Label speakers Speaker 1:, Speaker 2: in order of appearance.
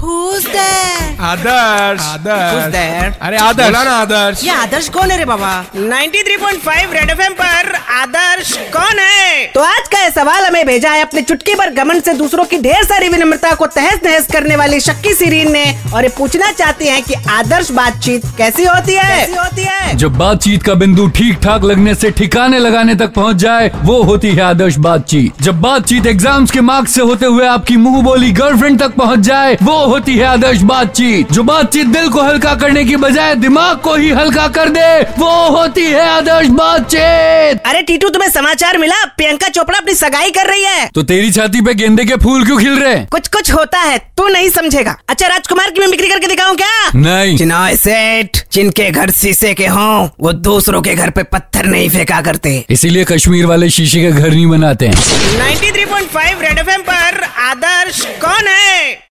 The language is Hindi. Speaker 1: who's there?
Speaker 2: Adarsh Adarsh
Speaker 3: there?
Speaker 2: अरे
Speaker 1: Hani
Speaker 2: आदर्श बोला ना आदर्श
Speaker 1: ये आदर्श कौन है रे बाबा
Speaker 3: 93.5 रेड एफएम पर आदर्श कौन है
Speaker 1: तो आज का ये सवाल हमें भेजा है अपने चुटकी पर गमन से दूसरों की ढेर सारी विनम्रता को तहस नहस करने वाली शक्की सीरीन ने और ये पूछना चाहते हैं कि आदर्श बातचीत कैसी होती है कैसी होती है
Speaker 4: जब बातचीत का बिंदु ठीक ठाक लगने से ठिकाने लगाने तक पहुंच जाए वो होती है आदर्श बातचीत जब बातचीत एग्जाम्स के मार्क्स से होते हुए आपकी मुंह बोली गर्लफ्रेंड तक पहुंच जाए वो होती है आदर्श बातचीत जो बातचीत दिल को हल्का करने की बजाय दिमाग को ही हल्का कर दे वो होती है आदर्श बातचीत
Speaker 1: अरे टीटू तुम्हें समाचार मिला प्रियंका चोपड़ा अपनी सगाई कर रही है
Speaker 4: तो तेरी छाती पे गेंदे के फूल क्यों खिल रहे हैं
Speaker 1: कुछ कुछ होता है तू नहीं समझेगा अच्छा राजकुमार की मैं बिक्री करके दिखाऊं क्या
Speaker 4: नहीं
Speaker 3: चिनाय सेठ जिनके घर शीशे के हों वो दूसरों के घर पे पत्थर नहीं फेंका करते
Speaker 4: इसीलिए कश्मीर वाले शीशे के घर नहीं बनाते हैं
Speaker 3: 93.5 रेड एफएम पर आदर्श कौन है